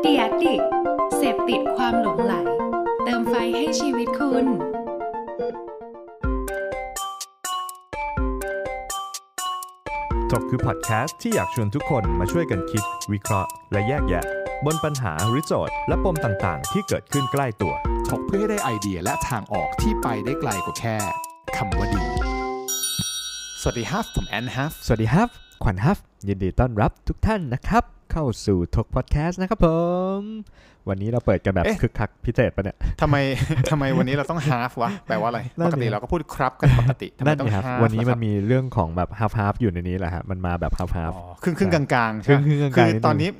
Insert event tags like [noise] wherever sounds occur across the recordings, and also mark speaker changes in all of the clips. Speaker 1: เดียดดิกเสพติดความหลงไหล เติมไฟให้ชีวิตคุณ
Speaker 2: ถกคือพอดแคสต์ที่อยากชวนทุกคนมาช่วยกันคิด วิเคราะห์ และแยกแยะ บนปัญหาหรือโจทย์ และปมต่างๆ ที่เกิดขึ้นใกล้ตัว
Speaker 3: ถกเพื่อให้ได้ไอเดียและทางออกที่ไปได้ไกลกว่าแค่คำว่าดี สวัสดีครับผมแอนฮัฟ
Speaker 4: สวัสดีครับ ขวัญครับ ยินดีต้อนรับทุกท่านนะครับ เข้าสู่ทกพอดแคสต์นะครับผม วันนี้เราเปิดกันแบบคึกคักพิเศษปะเนี่ย
Speaker 3: ทำไม [laughs] ทำไมวันนี้เราต้องฮาฟวะ แปลว่าอะไร
Speaker 4: นั่
Speaker 3: ป
Speaker 4: นดิ
Speaker 3: กติเราก็พูดครับกันปกติทำไม
Speaker 4: นั่น
Speaker 3: ต้อง
Speaker 4: นี่ครับ
Speaker 3: ฮาฟ
Speaker 4: วันนี้มัน
Speaker 3: ล่ะ
Speaker 4: มีเรื่องของแบบฮาฟฮาฟอยู่ในนี้แหละฮะมันมาแบบฮาฟฮา
Speaker 3: ครับ
Speaker 4: ฟ
Speaker 3: อ๋อครึ่งครึ่งกลางๆใช่ไหม
Speaker 4: ครึ่งๆกลางๆ
Speaker 3: คือ
Speaker 4: นิดนึง
Speaker 3: ตอนนี้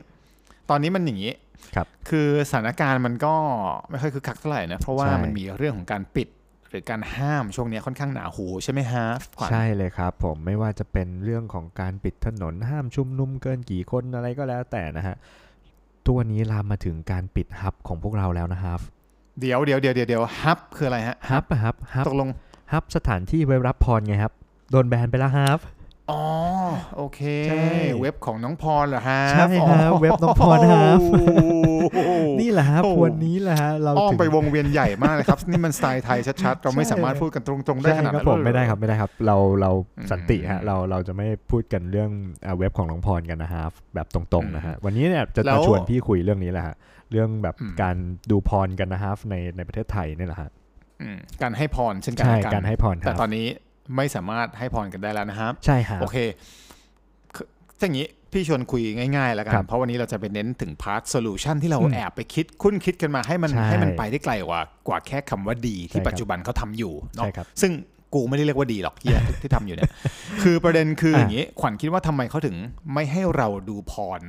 Speaker 3: ตอนนี้มันอย่างนี้
Speaker 4: ครับ
Speaker 3: คือสถานการณ์มันก็ไม่ค่อยคึกคักเท่าไหร่นะ เพราะว่า
Speaker 4: ใช่
Speaker 3: มันมีเรื่องของการปิด หรือการห้ามช่วงนี้ค่อนข้างหนาหูใช่ไหมฮาฟขวัญ
Speaker 4: ใช่เลยครับผมไม่ว่าจะเป็นเรื่องของการปิดถนนห้ามชุมนุมเกินกี่คนอะไรก็แล้วแต่นะฮะตัวนี้ลามมาถึงการปิดฮับของพวกเราแล้วนะครับ
Speaker 3: เดี๋ยวเดี๋ยวเดี๋ยวเดี๋ยวเดี๋ยวฮับคืออะไรฮะ
Speaker 4: ฮับอะครับฮับ
Speaker 3: ตกลง
Speaker 4: ฮับสถานที่ไว้รับพรไงครับโดนแบนไปแล้วฮับ
Speaker 3: อ๋อโอเค
Speaker 4: ใช่
Speaker 3: เว็บของน้องพรเหรอฮะ
Speaker 4: ใช่ฮะ
Speaker 3: อ๋อ
Speaker 4: เว็บน้องพรครับ
Speaker 3: โอ้โห
Speaker 4: นี่แหละครับ
Speaker 3: โอ้
Speaker 4: วันนี้แหละฮะเรา
Speaker 3: อ้อม
Speaker 4: ถึง
Speaker 3: ไปวงเวียนใหญ่มากเลยครับ นี่มันสไตล์ไทยชัดๆ เราไม่
Speaker 4: ใช่
Speaker 3: สามารถพูดกันตรงๆได้
Speaker 4: ใช่
Speaker 3: ข
Speaker 4: ครั
Speaker 3: นาด
Speaker 4: บ
Speaker 3: นั้น
Speaker 4: ผม
Speaker 3: เลย
Speaker 4: ไม่ได้ครับไม่ได้ครับ เราเรา
Speaker 3: อืม
Speaker 4: สันติฮะเราเราจะไม่พูดกันเรื่องอ่าเว็บของน้องพรกันนะฮะแบบตรงๆนะฮะวันนี้เนี่ยจะ
Speaker 3: แล้
Speaker 4: มาว ชวนพี่คุยเรื่องนี้แหละฮะเรื่องแบบ
Speaker 3: อืม
Speaker 4: การดูพรกันนะฮะในในประเทศไทยเนี่ยแหละฮะ
Speaker 3: อืมการให้พรเช่นกัน
Speaker 4: ใช่
Speaker 3: ละ
Speaker 4: การให้พรค
Speaker 3: แต่
Speaker 4: รับ
Speaker 3: ตอนนี้ไม่สามารถให้พรกันได้แล้วนะครับ
Speaker 4: ใช่ฮะ
Speaker 3: โอเคคืออย่างนี้พี่ชวนคุยง่ายๆ แล้วกัน
Speaker 4: ครับ
Speaker 3: เพราะวันนี้เราจะไปเน้นถึงพาร์ทโซลูชันที่เรา
Speaker 4: อืม
Speaker 3: แอบไปคิดคุ้นคิดกันมาให้มัน
Speaker 4: ใช่
Speaker 3: ให้มันไปได้ไกลกว่ากว่าแค่คำว่าดีที่
Speaker 4: ใช่ครับ
Speaker 3: ปัจจุบันเขาทำอยู่เนาะ
Speaker 4: ใช่ครับ
Speaker 3: ซึ่งกูไม่ได้เรียกว่าดีหรอกเหีย ที่ทำอยู่เนี่ย คือประเด็นคือ
Speaker 4: อ่ะ
Speaker 3: อย่างนี้ขวัญคิดว่าทำไมเขาถึงไม่ให้เราดูพร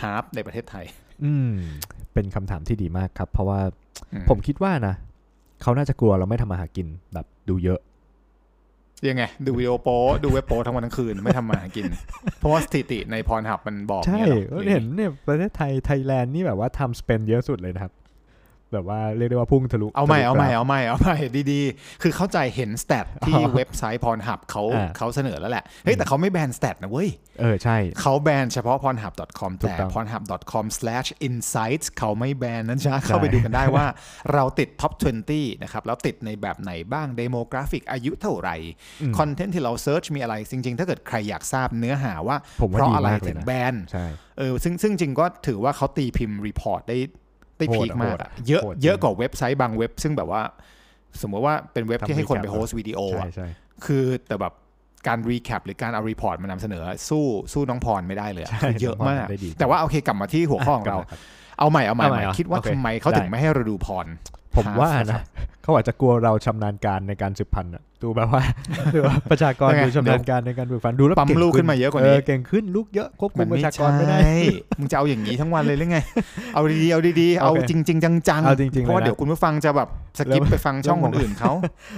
Speaker 3: ฮาร์ปในประเทศไทย
Speaker 4: อืมเป็นคำถามที่ดีมากครับ เพราะว่า
Speaker 3: อื
Speaker 4: ผมคิดว่านะเขาน่าจะกลัวเราไม่ทำมาหากินแบบดูเยอะ
Speaker 3: ยังไง ดูวิดีโอโป้ดูเว็บโป้ทั้งวันทั้งคืนไม่ทำมาหากิน เพราะว่าสถิติในพรหับมันบอก
Speaker 4: ใช่
Speaker 3: เนี่ยหรอ
Speaker 4: ก็เห็นเนี่ยประเทศไทยไทยแลนด์นี่แบบว่าทำสเปนเยอะสุดเลยนะครับ แบบว่าเรียกได้ว่าพุ่งทะลุ
Speaker 3: เอาใหม่
Speaker 4: ทะลุ
Speaker 3: เอาให
Speaker 4: กรฟ
Speaker 3: ม่เอาใหม่เอาใหม่ดีๆ คือเข้าใจเห็นสเตทที่
Speaker 4: อ๋อ
Speaker 3: เว็บไซต์พรหับเขา
Speaker 4: อ่า
Speaker 3: เขาเสนอแล้วแหละ เฮ้ย แต่เขาไม่แบนสเตทนะเว้ย
Speaker 4: เออใช่
Speaker 3: เขาแบนเฉพาะ pornhub.com
Speaker 4: ถูก
Speaker 3: แต่
Speaker 4: ต้อง
Speaker 3: pornhub.com/insights เขาไม่แบนนะจ๊ะ เข้าไปดูกันได้ว่า เราติด top 20 นะครับ แล้วติดในแบบไหนบ้าง d e m o g r a p h i c อายุเท่าไหร่
Speaker 4: อืม
Speaker 3: คอนเทนต์ที่เราเซิร์ชมีอะไร จริง ๆ ถ้าเกิดใครอยากทราบเนื้อหาว่า
Speaker 4: ผมว่า
Speaker 3: เพราะ
Speaker 4: ดี
Speaker 3: อะไร
Speaker 4: มากเลยนะ
Speaker 3: ถึงแบน
Speaker 4: ใช่
Speaker 3: เออซึ่งซึ่งจริงก็ถือว่าเขาตีพิมพ์รีพอร์ตได้ได้
Speaker 4: โหดอะ
Speaker 3: พีคมาก
Speaker 4: โหด
Speaker 3: อะ
Speaker 4: อะ
Speaker 3: เยอะ
Speaker 4: โหดจริง
Speaker 3: เยอะกว่าเว็บไซต์บางเว็บ ซึ่งแบบว่า สมมติว่าเป็นเว็บ
Speaker 4: ทำ
Speaker 3: ที่ให้คนไป
Speaker 4: recap
Speaker 3: โฮสต์วิดีโอ
Speaker 4: ใช่
Speaker 3: อะ
Speaker 4: ใช่
Speaker 3: คือแต่แบบการรีแคปหรือการเอารีพอร์ตมานำเสนอ สู้สู้น้องพรไม่ได้เลยอะคือเยอะมาก
Speaker 4: ได้ดี
Speaker 3: แต่ว่าโอเคกลับมาที่หัวข้อของเรา
Speaker 4: กลั [laughs] บมาครับ
Speaker 3: เอาใหม่เอาใหม่
Speaker 4: เอาใหม่
Speaker 3: ให
Speaker 4: เห
Speaker 3: ม่
Speaker 4: รอ
Speaker 3: คิดว่า
Speaker 4: โอเค
Speaker 3: ทำไมเขาถึง
Speaker 4: ได้
Speaker 3: ไม่ให้เราดูพร
Speaker 4: ผมว่า
Speaker 3: หาสาระ
Speaker 4: นะเขาอาจจะกลัวเราชำนาญการในการสืบพันธุ์อะดูแบบ [laughs] ว่า ดูว่าประชากร
Speaker 3: ยังไง
Speaker 4: ดูชำนาญการในการสืบพันธุ์ดูแล้ว
Speaker 3: ปั๊ม
Speaker 4: เง
Speaker 3: ลูกขึ้นมาเยอะกว่านี้
Speaker 4: เก่งขึ้นลูกเยอะควบคุมประชากรไม่ได้
Speaker 3: มึงจะเอาอย่างนี้ทั้งวันเลยหรือไง เอาดีๆเอาดีๆเอา
Speaker 4: โอเค
Speaker 3: จริง ๆ จัง
Speaker 4: เอาจริงๆ
Speaker 3: เพราะว่า
Speaker 4: เลยนะ
Speaker 3: เดี๋ยวคุณผู้ฟังจะแบบสกิป
Speaker 4: เริ่ม
Speaker 3: ไปฟังช่อง
Speaker 4: เริ่ม
Speaker 3: คน
Speaker 4: งง
Speaker 3: อื่นเขา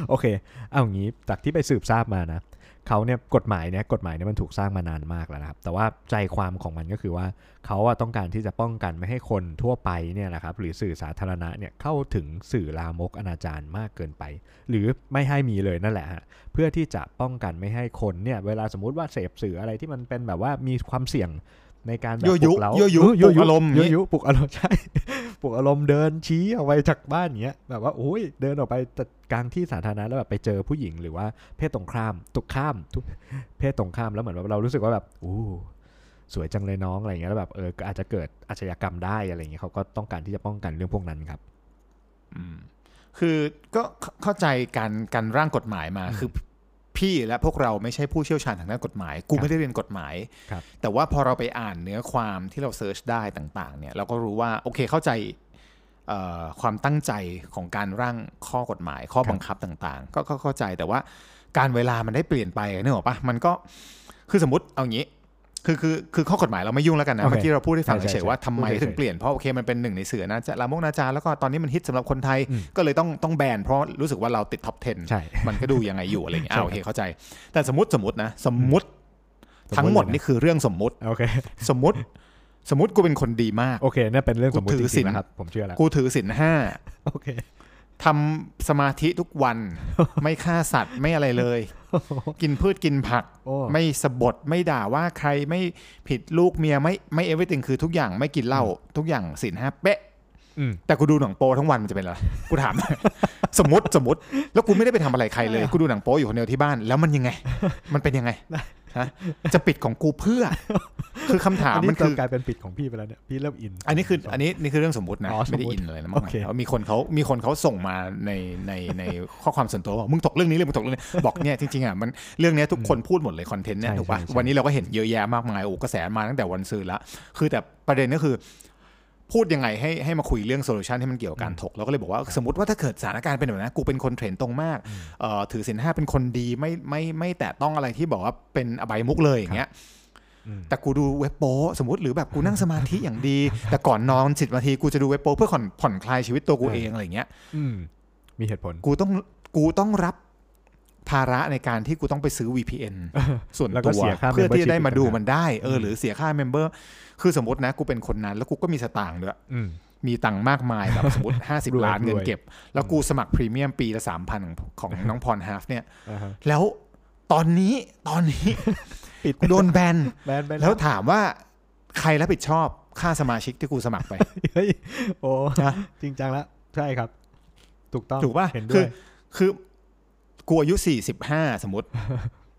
Speaker 4: โอเค เอาอย่างนี้จากที่ไปสืบทราบมานะเขาเนี่ยกฎหมายเนี่ยกฎหมายเนี่ยมันถูกสร้างมานานมากแล้วนะครับ แต่ว่าใจความของมันก็คือว่าเขาอะต้องการที่จะป้องกันไม่ให้คนทั่วไปเนี่ยนะครับ หรือสื่อสาธารณะเนี่ยเข้าถึงสื่อลามกอนาจารมากเกินไป หรือไม่ให้มีเลยนั่นแหละฮะเพื่อที่จะป้องกันไม่ให้คนเนี่ย เวลาสมมติว่าเสพสื่ออะไรที่มันเป็นแบบว่ามีความเสี่ยงในการแบบ
Speaker 3: ยั่วยุ
Speaker 4: ปลุกเรา
Speaker 3: ยั่วยุ
Speaker 4: เ
Speaker 3: ปลุกอารมณ์อย่างงี้
Speaker 4: ยั่วยุปลุกอารมณ์ใช่ ปลุกอารมณ์เดินชี้ออกไปจากบ้านอย่างเงี้ยแบบว่าโอ้ยเดินออกไปแต่กลางที่สาธารณะแล้วแบบไปเจอผู้หญิงหรือว่าเพศตรงข้ามตุกข้ามทุกเพศตรงข้ามแล้วเหมือนแบบเรารู้สึกว่าแบบอู้สวยจังเลยน้องอะไรเงี้ยแล้วแบบเออก็อาจจะเกิดอาชญากรรมได้อะไรเงี้ยเขาก็ต้องการที่จะป้องกันเรื่องพวกนั้นครับ
Speaker 3: อืมคือก็เข้าเข้าใจการการร่างกฎหมายมาคือพี่และพวกเราไม่ใช่ผู้เชี่ยวชาญทางด้านกฎหมาย กู
Speaker 4: ครับ
Speaker 3: ไม่ได้เรียนกฎหมาย
Speaker 4: ครับ
Speaker 3: แต่ว่าพอเราไปอ่านเนื้อความที่เราเซิร์ชได้ต่างๆเนี่ยเราก็รู้ว่าโอเคเข้าใจเอ่อความตั้งใจของการร่างข้อกฎหมาย ข้อบังคับต่างๆ ก็ก็เข้าใจแต่ว่าการเวลามันได้เปลี่ยนไปเนกอะปะมันก็คือสมมติเอางี้ คือคือคือข้อกฎหมายเราไม่ยุ่งแล้วกันนะ
Speaker 4: โอเค
Speaker 3: เมื่อกี้เราพูดให้ฟัง
Speaker 4: ใช่ใช่
Speaker 3: เฉยๆว่าทำไม
Speaker 4: พูดเฉยๆ
Speaker 3: ถึงเปลี่ยนเพราะโอเคมันเป็นหนึ่งในเสือนะจะลามกอนาจารแล้วก็ตอนนี้มันฮิตสำหรับคนไทย
Speaker 4: อืม
Speaker 3: ก็เลยต้องต้องแบนเพราะรู้สึกว่าเราติดท็อป 10
Speaker 4: ใช่ [laughs]
Speaker 3: มันก็ดูยังไงอยู่อะไรอย่างเงี้ย
Speaker 4: ใช่
Speaker 3: อ่าโอเคเข้าใจ แต่สมมติสมมตินะสมมติทั้งห
Speaker 4: สม
Speaker 3: มด
Speaker 4: มุติเลยนะ
Speaker 3: นี่คือเรื่องสมมติ
Speaker 4: โอเค
Speaker 3: สมมติ สมมติกูเป็นคนดีมาก
Speaker 4: โอเคเนี่ยเป็นเรื่องสมมติ
Speaker 3: กู
Speaker 4: จ
Speaker 3: ถือศี
Speaker 4: ริ
Speaker 3: ล
Speaker 4: งๆนะครับผมเชื่อแล้ว
Speaker 3: กูถือศีลห้า
Speaker 4: โอเค
Speaker 3: ทำสมาธิทุก
Speaker 4: [laughs]
Speaker 3: วัน ไม่ฆ่าสัตว์ไม่อะไรเลย กินพืชกินผัก
Speaker 4: โอ้
Speaker 3: [laughs] ไม่สบดไม่ด่าว่าใครไม่ผิดลูกเมียไม่ไม่เอเวอร์ติงคือทุกอย่างไม่กินเหล้าทุกอย่างสินห้าเป๊ะ
Speaker 4: อืม
Speaker 3: แต่กูดูหนังโป๊ทั้งวันมันจะเป็นอะไร กูถาม [laughs] สมมติสมมติ แล้วกูไม่ได้ไปทำอะไรใครเลย กูดูหนังโป๊อยู่คนเดียวที่บ้าน แล้วมันยังไง มันเป็นยังไงฮะจะปิดของกูเพื่อ คือคำถาม
Speaker 4: อันนี้
Speaker 3: มัน
Speaker 4: เติ
Speaker 3: คื
Speaker 4: ม
Speaker 3: อ
Speaker 4: กลายเป็นปิดของพี่ไปแล้วเนี่ยพี่เริ่มอิน
Speaker 3: อันนี้คืออันนี้นี่คือเรื่องสมมตินะ
Speaker 4: อ๋อสมมุติ
Speaker 3: ไม่ได้อินอะไรนะมาก
Speaker 4: โอ
Speaker 3: มาย
Speaker 4: เค
Speaker 3: แล้วมีคนเขามีคนเขาส่งมาในในในข้อความส่วนตัวบอกมึงถกเรื่องนี้เลยมึงถกเรื่องนี้บอกเนี่ยจริงๆอ่ะมันเรื่องเนี้ยทุกคนพูดหมดเลยคอนเทนต์เนี่ย
Speaker 4: ใช่
Speaker 3: ถูกป่ะ
Speaker 4: ใช่ใช่
Speaker 3: วันนี้เราก็เห็นเยอะแยะมากมายโอ้กระแสมาตั้งแต่วันซื้อละคือแต่ประเด็นก็คือ พูดยังไงให้ให้มาคุยเรื่องโซลูชันที่มันเกี่ยวกับการถกเราก็เลยบอกว่าสมมติว่าถ้าเกิดสถานการณ์เป็นแบบนั้นกูเป็นคนเทรนตรงมากเอ่อถือศีลห้าเป็นคนดีไม่ไม่ไม่แตะต้องอะไรที่บอกว่าเป็นอบายมุกเลยอย่างเงี้ย
Speaker 4: อืม
Speaker 3: แต่กูดูเว็บโป้สมมติหรือแบบกูนั่งสมาธิอย่างดี แต่ก่อนนอนสิบนาทีกูจะดูเว็บโป้เพื่อผ่อนผ่อนคลายชีวิตตัวกู
Speaker 4: เออ
Speaker 3: เองอะไรอย่างเงี้ย
Speaker 4: อืมมีเหตุผล
Speaker 3: กูต้องกูต้องรับภาระในการที่กูต้องไปซื้อ VPN ส่วน
Speaker 4: แล้วก็
Speaker 3: ตัว
Speaker 4: เสียค่า
Speaker 3: เพื่อที่จะได้
Speaker 4: membership
Speaker 3: มาดูมันได้เอออ
Speaker 4: ม
Speaker 3: หรือเสียค่าเมมเบอร์คือสมมตินะกูเป็นคนนั้น แล้วกูก็มีสตางค์ด้วย
Speaker 4: อืม
Speaker 3: มีตังค์มากมายแบบสมมติ
Speaker 4: [laughs] รวย
Speaker 3: 50 ล้าน
Speaker 4: รวย
Speaker 3: เงินเก็บ แล้วกูสมัครพรีเมียมปีละสามพันของน้องพรฮาฟเนี่ย
Speaker 4: อ่าฮะ
Speaker 3: แล้วตอนนี้ตอนนี้
Speaker 4: ปิด
Speaker 3: กูโดนแบน
Speaker 4: แบนไป
Speaker 3: แล้
Speaker 4: แล้ว ว
Speaker 3: ถามว่าใครรับผิดชอบค่าสมาชิกที่กูสมัครไป
Speaker 4: เฮ้ยโอ้
Speaker 3: นะ
Speaker 4: จริงจังละใช่ครับ ถูกต้อง
Speaker 3: ถูกป่ะ
Speaker 4: เห็นด้ว
Speaker 3: คือย คือกูอายุสี่สิบห้าสมมติ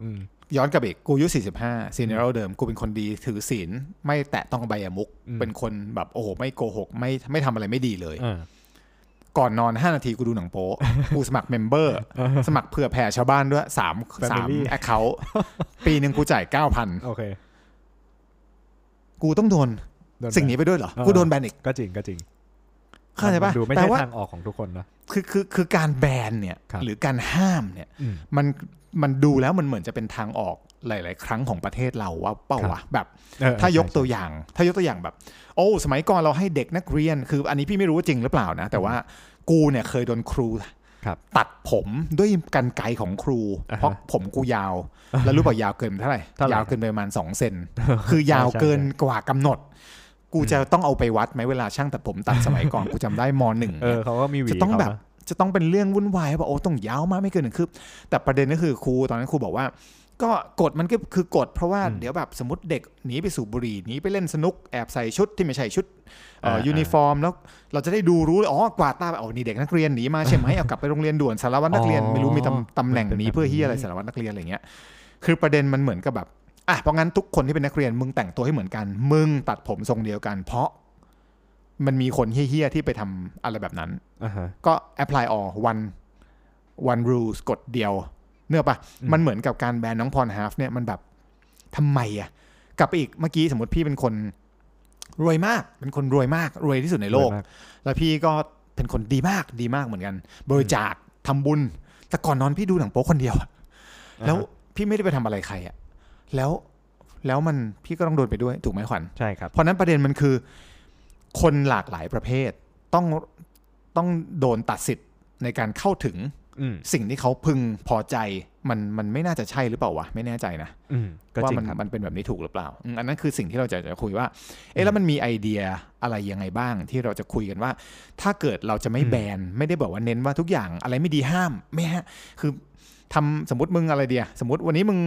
Speaker 4: อืม
Speaker 3: ย้อนกลับไปอีกกูอายุสี่สิบห้าซีเนอร์เดิม กูเป็นคนดีถือศีลไม่แตะต้องใบายมุก เป็นคนแบบโอ้โหไม่โกหก ไม่ไม่ทำอะไรไม่ดีเลย
Speaker 4: อ่า
Speaker 3: ก่อนนอน 5 นาทีกูดูหนังโป๊ะ กูสมัครเมมเบอร์ สมัครเผื่อแผ่ชาวบ้านด้วยสามสามแอคเคาท์ปีหนึ่งกูจ่ายเก้าพัน
Speaker 4: โอเค
Speaker 3: กูต้องโดน
Speaker 4: โดแบ
Speaker 3: สิ่งนี้ไปด้วยเหรอ
Speaker 4: เออ
Speaker 3: กูโดนแบนอีก
Speaker 4: ก็จริงก็จริง
Speaker 3: เข้าใจป่ะ
Speaker 4: มันดูไม่
Speaker 3: แปล
Speaker 4: ใช่
Speaker 3: ว่า
Speaker 4: ทางออกของทุกคนนะ
Speaker 3: คือคือคือการแบนเนี่ย
Speaker 4: ครับ
Speaker 3: หรือการห้ามเนี่ย
Speaker 4: อืม
Speaker 3: มันมันดูแล้วมันเหมือนจะเป็นทางออกหลาย ๆ ครั้งของประเทศเราว่าเป้า
Speaker 4: ครับ
Speaker 3: วะแบบ
Speaker 4: เออ
Speaker 3: ถ้ายก
Speaker 4: ใช่
Speaker 3: ตัวอย่าง ถ้ายกตัวอย่างแบบ โอ้สมัยก่อนเราให้เด็กนักเรียน คืออันนี้พี่ไม่รู้ว่าจริงหรือเปล่านะ แต่ว่ากูเนี่ยเคยโดนครู
Speaker 4: ครับ
Speaker 3: ตัดผมด้วยกันไกรของครู
Speaker 4: อ่าฮะ
Speaker 3: เพราะผมกูยาว แล้วรู้เปล่ายาวเกินเท่าไหร่
Speaker 4: เท่าไหร่
Speaker 3: ยาวเกินไปประมาณ2เซน
Speaker 4: [laughs]
Speaker 3: คือยาว
Speaker 4: ใช่ใช่
Speaker 3: เกินกว่ากำหนด กูจะต้องเอาไปวัดไหมเวลาช่างตัดผมตัดสมัยก่อนกูจำได้มหนึ่ง
Speaker 4: เออเขาก็มีหวี
Speaker 3: จะต้อง
Speaker 4: เขานะ
Speaker 3: แบบจะต้องเป็นเรื่องวุ่นวายว่าโอ้ต้องยาวมากไม่เกินหนึ่งคืบแต่ประเด็นก็คือครูตอนนั้นครูบอกว่า ก็กฎมันก็คือกฎเพราะว่าเดี๋ยวแบบสมมติเด็กหนีไปสู่บุหรี่หนีไปเล่นสนุกแอบใส่ชุดที่ไม่ใช่ชุดเอ่อ
Speaker 4: อ่า
Speaker 3: ยูนิฟอร์ม แล้วเราจะได้ดูรู้เลยอ๋อกวาดตาไปอ๋อนี่เด็กนักเรียนหนีมาใช่ไหมเอากลับไปโรงเรียนด่วนสารวัตรนักเรียน
Speaker 4: อ๋อ
Speaker 3: ไม่รู้มีตำตำแหน่ง
Speaker 4: มันเป็น
Speaker 3: นี้เพื่อเฮียอะไร
Speaker 4: แบบนี้
Speaker 3: สารวัตรนักเรียนอะไรเงี้ยคือประเด็นมันเหมือนกับแบบอ่ะเพราะงั้นทุกคนที่เป็นนักเรียนมึงแต่งตัวให้เหมือนกัน มึงตัดผมทรงเดียวกัน เพราะมันมีคนเฮี้ยๆที่ไปทำอะไรแบบนั้น
Speaker 4: อ่าฮะ
Speaker 3: ก็แอพพลายออ one one rules กฎเดียวเนื้ออกปะ
Speaker 4: อืม
Speaker 3: มันเหมือนกับการแบนน้องพรฮาฟเนี่ยมันแบบทำไมอะกลับไปอีกเมื่อกี้สมมติพี่เป็นคนรวยมาก เป็นคนรวยมาก รวยที่สุดในโลก
Speaker 4: สวยมาก
Speaker 3: แล้วพี่ก็เป็นคนดีมากดีมากเหมือนกัน บริจาคทำบุญ แต่ก่อนนอนพี่ดูหนังโป๊คนเดียวอะ
Speaker 4: อ่าฮะ
Speaker 3: แล้วพี่ไม่ได้ไปทำอะไรใครอะแล้วแล้วมันพี่ก็ต้องโดนไปด้วยถูกไหมขวัญ
Speaker 4: ใช่ครับ
Speaker 3: เพราะฉะนั้นประเด็นมันคือ คนหลากหลายประเภทต้องต้องโดนตัดสิทธิ์ในการเข้าถึง
Speaker 4: อืม
Speaker 3: สิ่งที่เขาพึงพอใจมันมันไม่น่าจะใช่หรือเปล่าวะไม่แน่ใจนะ
Speaker 4: อืมก็
Speaker 3: ว่า
Speaker 4: จริง
Speaker 3: มัน
Speaker 4: ครับ
Speaker 3: มันเป็นแบบนี้ถูกหรือเปล่าอืมอันนั้นคือสิ่งที่เราจะจะคุยว่า เอ๊ะแล้วมันมีไอเดียอะไรยังไงบ้างที่เราจะคุยกันว่า ถ้าเกิดเราจะไม่
Speaker 4: อืม
Speaker 3: แบนไม่ได้บอกว่าเน้นว่าทุกอย่างอะไรไม่ดีห้ามไม่ฮะคือทำสมมติมึงอะไรเดียสมมติวันนี้มึง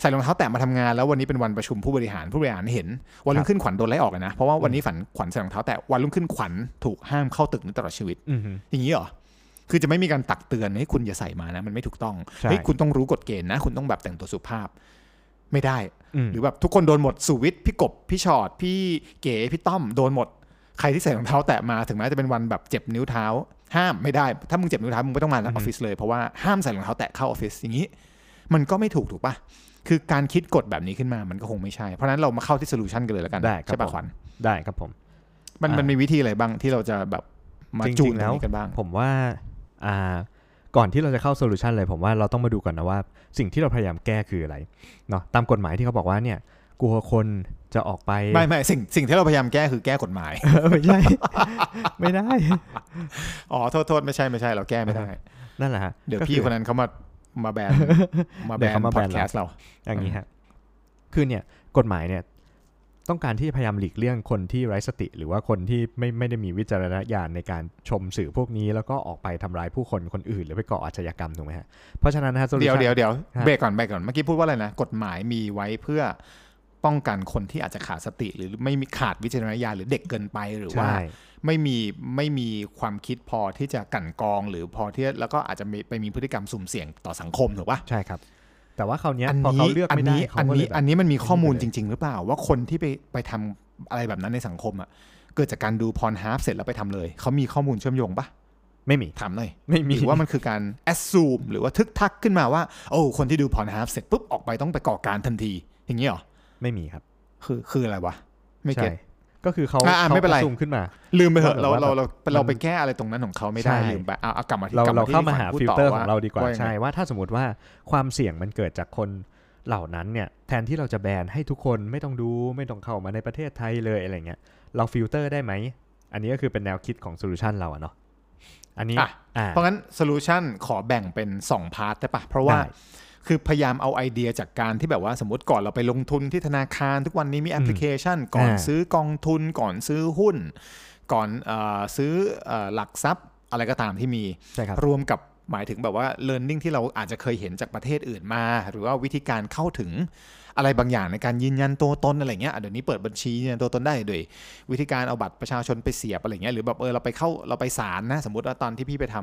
Speaker 3: ใส่รองเท้าแตะมาทำงาน แล้ววันนี้เป็นวันประชุมผู้บริหารผู้บริหารเห็น วันรุ่งขึ้นขวัญโดนไล่ออกอะนะเพราะว่าวันนี้ฝันขวัญใส่รองเท้าแตะวันรุ่งขึ้นขวัญถูกห้ามเข้าตึกนี้ตลอดชีวิต
Speaker 4: อืม
Speaker 3: อย่างนี้เหรอ คือจะไม่มีการตักเตือนให้ยคุณอย่าใส่มานะ มันไม่ถูกต้อง
Speaker 4: ใช่
Speaker 3: เฮ้ยคุณต้องรู้กฎเกณฑ์นะ คุณต้องแบบแต่งตัวสุภาพ ไม่ได้
Speaker 4: อืม
Speaker 3: หรือแบบทุกคนโดนหมดสุวิทย์พี่กบ พี่ชอด พี่เก๋พี่ต้อมโดนหมด ใครที่ใส่รองเท้าแตะมาถึงแม้จะเป็นวันแบบเจ็บนิ้วเท้า ห้ามไม่ได้ ถ้ามึงเจ็บนิ้วเท้ามึงไม่ต้องมาออฟฟิศเลยเพราะว่าห้ามใส่รองเท้าแตะเข้าออฟฟิศอย่างนี้ มันก็ไม่ถูกถูกปะคือการคิดกฎแบบนี้ขึ้นมามันก็คงไม่ใช่เพราะฉะนั้นเรามาเข้าที่โซลูชันกันเลยแล้วกัน
Speaker 4: ได้ครับ
Speaker 3: ใช่
Speaker 4: ผ
Speaker 3: ปะ
Speaker 4: ม
Speaker 3: ขวัญ
Speaker 4: ได้ครับผม
Speaker 3: มัน
Speaker 4: อ่ามั
Speaker 3: มันมีวิธีอะไรบ้างที่เราจะแบบมา
Speaker 4: จริงๆ
Speaker 3: จูนตร
Speaker 4: แล้
Speaker 3: ง
Speaker 4: ว
Speaker 3: นี้กันบ้าง
Speaker 4: ผมว่าอ่าก่อนที่เราจะเข้าโซลูชันเลยผมว่าเราต้องมาดูก่อนนะว่า สิ่งที่เราพยายามแก้คืออะไรเนาะตามกฎหมายที่เขาบอกว่าเนี่ยกลัวคนจะออกไป
Speaker 3: ไม่ [laughs] ไม่สิ่งสิ่งที่เราพยายามแก้คือแก้กฎหมาย
Speaker 4: ไม่ใช่ ไม่ได้
Speaker 3: อ๋อ โทษโทษไม่ใช่ไม่ใช่เราแก้ไม่ได้
Speaker 4: นั่นแหละฮะ
Speaker 3: เดี๋ยว
Speaker 4: ก็
Speaker 3: พี่
Speaker 4: อ
Speaker 3: คนนั้นเขามามาแบน มาแบ
Speaker 4: เดี๋ยวน เขามา
Speaker 3: พ
Speaker 4: แบ
Speaker 3: อด
Speaker 4: น
Speaker 3: แคสต์เรา
Speaker 4: อย่างนี้ฮะคือเนี่ยกฎหมายเนี่ย ต้องการที่พยายามหลีกเลี่ยงคนที่ไร้สติ หรือว่าคนที่ไม่ไม่ได้มีวิจารณญาณในการชมสื่อพวกนี้ แล้วก็ออกไปทำร้ายผู้คนคนอื่น หรือไปก่ออาชญากรรมถูกไหมฮะเพราะฉะนั้นนะฮะ
Speaker 3: เดี๋ยว
Speaker 4: solution
Speaker 3: เดี๋ยวเดี๋ยว
Speaker 4: ฮะ
Speaker 3: เบรกก่อนเบรกก่อนเมื่อกี้พูดว่าอะไรนะกฎหมายมีไว้เพื่อป้องกันคนที่อาจจะขาดสติ หรือไม่มีขาดวิจารณญาณหรือเด็กเกินไปหรือว่า
Speaker 4: ใช่
Speaker 3: ไม่มีไม่มีความคิดพอที่จะกลั่นกรองหรือพอที่แล้วก็อาจจะมีไปมีพฤติกรรมสุ่มเสี่ยงต่อสังคมถูกปะ
Speaker 4: ใช่ครับ แต่ว่าคราวเนี้ย
Speaker 3: อัน
Speaker 4: พอ
Speaker 3: นี้
Speaker 4: เขาเลือก
Speaker 3: อัน
Speaker 4: ไม่ได้
Speaker 3: นี้
Speaker 4: เขา
Speaker 3: อัน
Speaker 4: ก็เล
Speaker 3: นี้
Speaker 4: ยแบบ
Speaker 3: อันนี้มันมีข้อมูล
Speaker 4: ไม่
Speaker 3: จ
Speaker 4: ได้เลย
Speaker 3: ริง ๆ หรือเปล่า ว่าคนที่ไปไปทำอะไรแบบนั้นในสังคมอ่ะเกิดจากการดูพรฮาร์ฟเสร็จแล้วไปทำเลยเขามีข้อมูลเชื่อมโยงปะ
Speaker 4: ไม่มี
Speaker 3: ถามหน่อย
Speaker 4: ไม่มี
Speaker 3: หรือว่ามันคือการ assume หรือว่าทึกทักขึ้นมาว่าโอ้คนที่ดูพรฮาร์ฟเสร็จปุ๊บออกไปต้องไปก่อการทันที อย่างนี้เหรอ
Speaker 4: ไม่มีครับ
Speaker 3: คือคืออะไรวะไม่เก็ต
Speaker 4: ใช่ก็คือเขา
Speaker 3: อ่ะอ่ะ
Speaker 4: เขา
Speaker 3: ไม่เป็นไร
Speaker 4: ซูมขึ้นมา
Speaker 3: ลืมไปเถอะ
Speaker 4: ว่าแบบว่า
Speaker 3: เราเราเรา
Speaker 4: มัน
Speaker 3: เราไปแก้อะไรตรงนั้นของเขาไม่ได้
Speaker 4: ใช่
Speaker 3: ลืมไปเอาเอากลับมาที่
Speaker 4: เรา
Speaker 3: กลับ
Speaker 4: เรา
Speaker 3: ที่
Speaker 4: เข้ามาหา
Speaker 3: ที่ข
Speaker 4: ฟิ
Speaker 3: วัญพู
Speaker 4: ลเตอร์ของเราดีกว่า
Speaker 3: ยังไง
Speaker 4: ใช่ว่าถ้าสมมติว่าความเสี่ยงมันเกิดจากคนเหล่านั้นเนี่ยแทนที่เราจะแบนให้ทุกคนไม่ต้องดูไม่ต้องเข้ามาในประเทศไทยเลยอะไรเงี้ยเราฟิลเตอร์ได้ไหม อันนี้ก็คือเป็นแนวคิดของโซลูชันเราอะเนาะอันนี้
Speaker 3: อ่ะ
Speaker 4: อ่า
Speaker 3: เพราะงั้นโซลูชันขอแบ่งเป็น 2 พาร์ทได้ปะเพราะว่า
Speaker 4: ได้
Speaker 3: คือพยายามเอาไอเดียจากการที่แบบว่าสมมติก่อนเราไปลงทุนที่ธนาคาร ทุกวันนี้มีแอปพลิเคชัน ก่อน
Speaker 4: อ่า
Speaker 3: ซื้อกองทุนก่อนซื้อหุ้น ก่อนเออซื้อเออหลักทรัพย์อะไรก็ตามที่มี
Speaker 4: ใช่ครับ
Speaker 3: รวมกับหมายถึงแบบว่า learning ที่เราอาจจะเคยเห็นจากประเทศอื่นมา หรือว่าวิธีการเข้าถึงอะไรบางอย่างในการยืนยันตัวตนอะไรเงี้ยอ่ะเดี๋ยวนี้เปิดบัญชียืนยันตัวตนได้ด้วยวิธีการเอาบัตรประชาชนไปเสียบอะไรเงี้ยหรือแบบเออเราไปเข้าเราไปศาลนะ สมมติว่าตอนที่พี่ไปท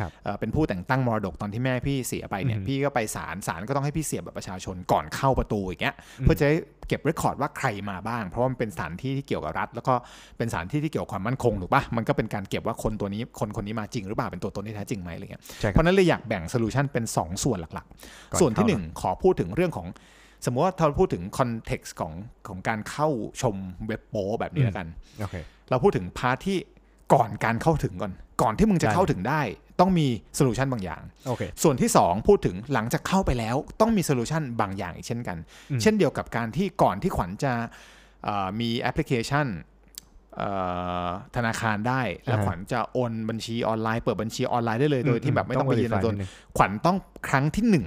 Speaker 4: ครับ
Speaker 3: ำเอ่อเป็นผู้แต่งตั้งมรดกตอนที่แม่พี่เสียไปเนี่ย
Speaker 4: อือฮึ
Speaker 3: พี่ก็ไปศาลศาลก็ต้องให้พี่เสียบบัตรประชาชนก่อนเข้าประตูอย่างเงี้ยเพื่อจะได้เก็บเรคคอร์ดว่าใครมาบ้าง เพราะว่ามันเป็นสถานที่ที่เกี่ยวกับรัฐ แล้วก็เป็นสถานที่ที่เกี่ยวกับความมั่นคงถูกปะมันก็เป็นการเก็บว่าคนตัวนี้คนคนนี้มาจริงหรือเปล่าเป็นตัวตนที่แท้จริงไหมอะไรเงี้ย
Speaker 4: ใช่
Speaker 3: เพ
Speaker 4: ครับ
Speaker 3: ราะฉะนั้นเลยอยากแบ่งโซลูชันเป็น 2 ส่วนหลัก
Speaker 4: ก่อน
Speaker 3: ๆ ส่วนที่
Speaker 4: เข้า
Speaker 3: 1 ขอพูดถึงเรื่องของ สมมติว่าเราพูดถึงคอนเท็กซ์ของของการเข้าชมเว็บโป้แบบนี้แล้วกัน
Speaker 4: โอเค
Speaker 3: เราพูดถึงพาร์ทที่ก่อนการเข้าถึงก่อน ก่อนที่มึงจะ
Speaker 4: ได้
Speaker 3: เข้าถึงได้ ต้องมีโซลูชันบางอย่าง
Speaker 4: โอเค
Speaker 3: ส่วนที่ 2 พูดถึงหลังจากเข้าไปแล้วต้องมีโซลูชันบางอย่างอีกเช่นกัน
Speaker 4: อืม
Speaker 3: เช่นเดียวกับการที่ก่อนที่ขวัญจะเอ่อมีแอปพลิเคชันเอ่อธนาคารได้ แล้วขวัญจะโอนบัญชีออนไลน์เปิดบัญชีออนไลน์ได้เลยโดยที่แบบไม่ต้องไปยืนยันตัวตน
Speaker 4: verify ดง
Speaker 3: ขวัญต้องครั้งที่หนึ่ง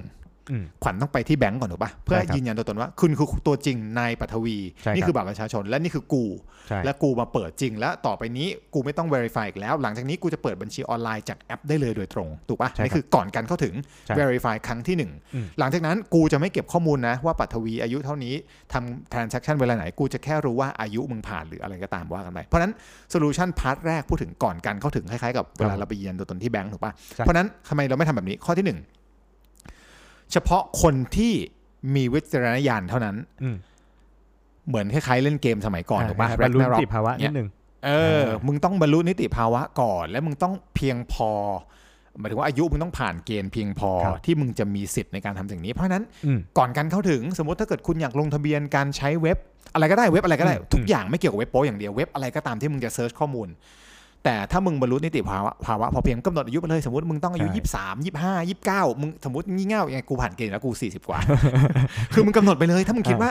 Speaker 4: อืม
Speaker 3: ขวัญต้องไปที่แบงก์ก่อนถูกปะเพื่อ
Speaker 4: ใช่ครับ
Speaker 3: ยืนยันตัวตนว่า คุณคือตัวจริงนายปัทวี
Speaker 4: ใช่ครับ
Speaker 3: นี่คือบัตรประชาชน และนี่คือกู
Speaker 4: ใช่
Speaker 3: และกูมาเปิดจริง แล้วต่อไปนี้กูไม่ต้อง verify อีกแล้ว หลังจากนี้กูจะเปิดบัญชีออนไลน์จากแอปได้เลยโดยตรงถูกปะนี่คือก่อนการเข้าถึง
Speaker 4: ใช่
Speaker 3: verify ครั้งที่หนึ่ง
Speaker 4: อืม
Speaker 3: หลังจากนั้นกูจะไม่เก็บข้อมูลนะว่าปัทวีอายุเท่านี้ทำ transaction เวลาไหนกูจะแค่รู้ว่าอายุมึงผ่านหรืออะไรก็ตามว่ากันไปเพราะฉะนั้น solution part แรกพูดถึงก่อนการเข้าถึงคล้ายๆกับเวลาเราไปยืนยันตัวตนที่แบงก์ถูกปะ
Speaker 4: ใช่
Speaker 3: เพราะฉะนั้นทำไมเราไม่ทำแบบนี้ข้อที่หนึ่งเฉพาะคนที่มีวิจารณญาณเท่านั้น
Speaker 4: อืม
Speaker 3: เหมือนคล้ายๆเล่นเกมสมัยก่อนถูกปะ
Speaker 4: บรรลุนิ
Speaker 3: Ragnarok
Speaker 4: ติภาวะนิดนึง
Speaker 3: เออ
Speaker 4: อ่ามึ
Speaker 3: มึงต้องบรรลุนิติภาวะก่อน และมึงต้องเพียงพอ หมายถึงว่าอายุมึงต้องผ่านเกณฑ์เพียงพอ
Speaker 4: ครับ
Speaker 3: ที่มึงจะมีสิทธิ์ในการทำสิ่งนี้ เพราะฉะนั้น
Speaker 4: อืม
Speaker 3: ก่อนการเข้าถึงสมมติถ้าเกิดคุณอยากลงทะเบียนการใช้เว็บ อะไรก็ได้เว็บอะไรก็ได้
Speaker 4: อืม
Speaker 3: ทุกอย่างไม่เกี่ยวกับเว็บโป๊อย่างเดียวเว็บอะไรก็ตามที่มึงจะเซิร์ชข้อมูล แต่ถ้ามึงบรรลุนิติภาวะภาวะพอเพียงกำหนดอายุไปเลยสมมติมึงต้องอายุ
Speaker 4: ใช่
Speaker 3: ยี่สิบสามยี่สิบห้ายี่สิบเก้ามึงสมมติงี่เง่ายังไงกูผ่านเกณฑ์แล้วกูสี่สิบ
Speaker 4: [laughs]
Speaker 3: กว่า คือมึงกำหนดไปเลย ถ้ามึงคิดว่า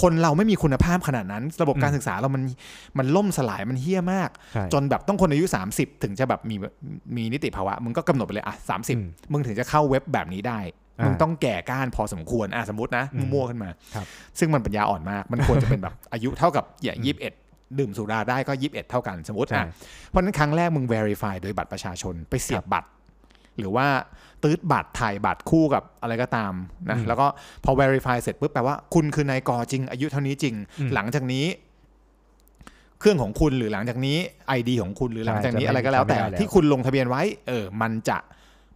Speaker 3: คนเราไม่มีคุณภาพขนาดนั้น ระบบการศึกษาเรามันมันล่มสลายมันเฮี้ยมาก
Speaker 4: ใช่
Speaker 3: จนแบบต้องคนอายุ 30 ถึงจะแบบมีมีนิติภาวะ มึงก็กำหนดไปเลยอ่ะสามสิบ
Speaker 4: อืม
Speaker 3: มึงถึงจะเข้าเว็บแบบนี้ได้
Speaker 4: อ่ามึ
Speaker 3: มึงต้องแก่ก้านพอสมควรอ่ะสมมตินะ
Speaker 4: อืม
Speaker 3: มั่วๆขึ้นมา
Speaker 4: ครับ
Speaker 3: ซึ่งมันปัญญาอ่อนมาก มันควรจะเป็นแบบ อายุเท่ากับอย่างยี่สิบเอ็ดดื่มสุราได้ก็ยี่สิบเอ็ดเท่ากันสมมติอ่ะ
Speaker 4: ใช่
Speaker 3: เพราะฉะนั้นครั้งแรกมึง verify โดยบัตรประชาชนไปเสียบบัตร หรือว่าตืดบัตรถ่ายบัตรคู่กับอะไรก็ตามนะ
Speaker 4: อืม
Speaker 3: แล้วก็พอ verify เสร็จปุ๊บแปลว่าคุณคือนายกอจริง อายุเท่านี้จริง
Speaker 4: อืม
Speaker 3: หลังจากนี้ เครื่องของคุณหรือหลังจากนี้ ID ของคุณหรือหลังจากนี้
Speaker 4: ใช่จะไม่
Speaker 3: อะไรก็แล้ว แต่
Speaker 4: จะไม่ได้แล้ว
Speaker 3: ที่คุณลงทะเบียนไว้ เออ มันจะ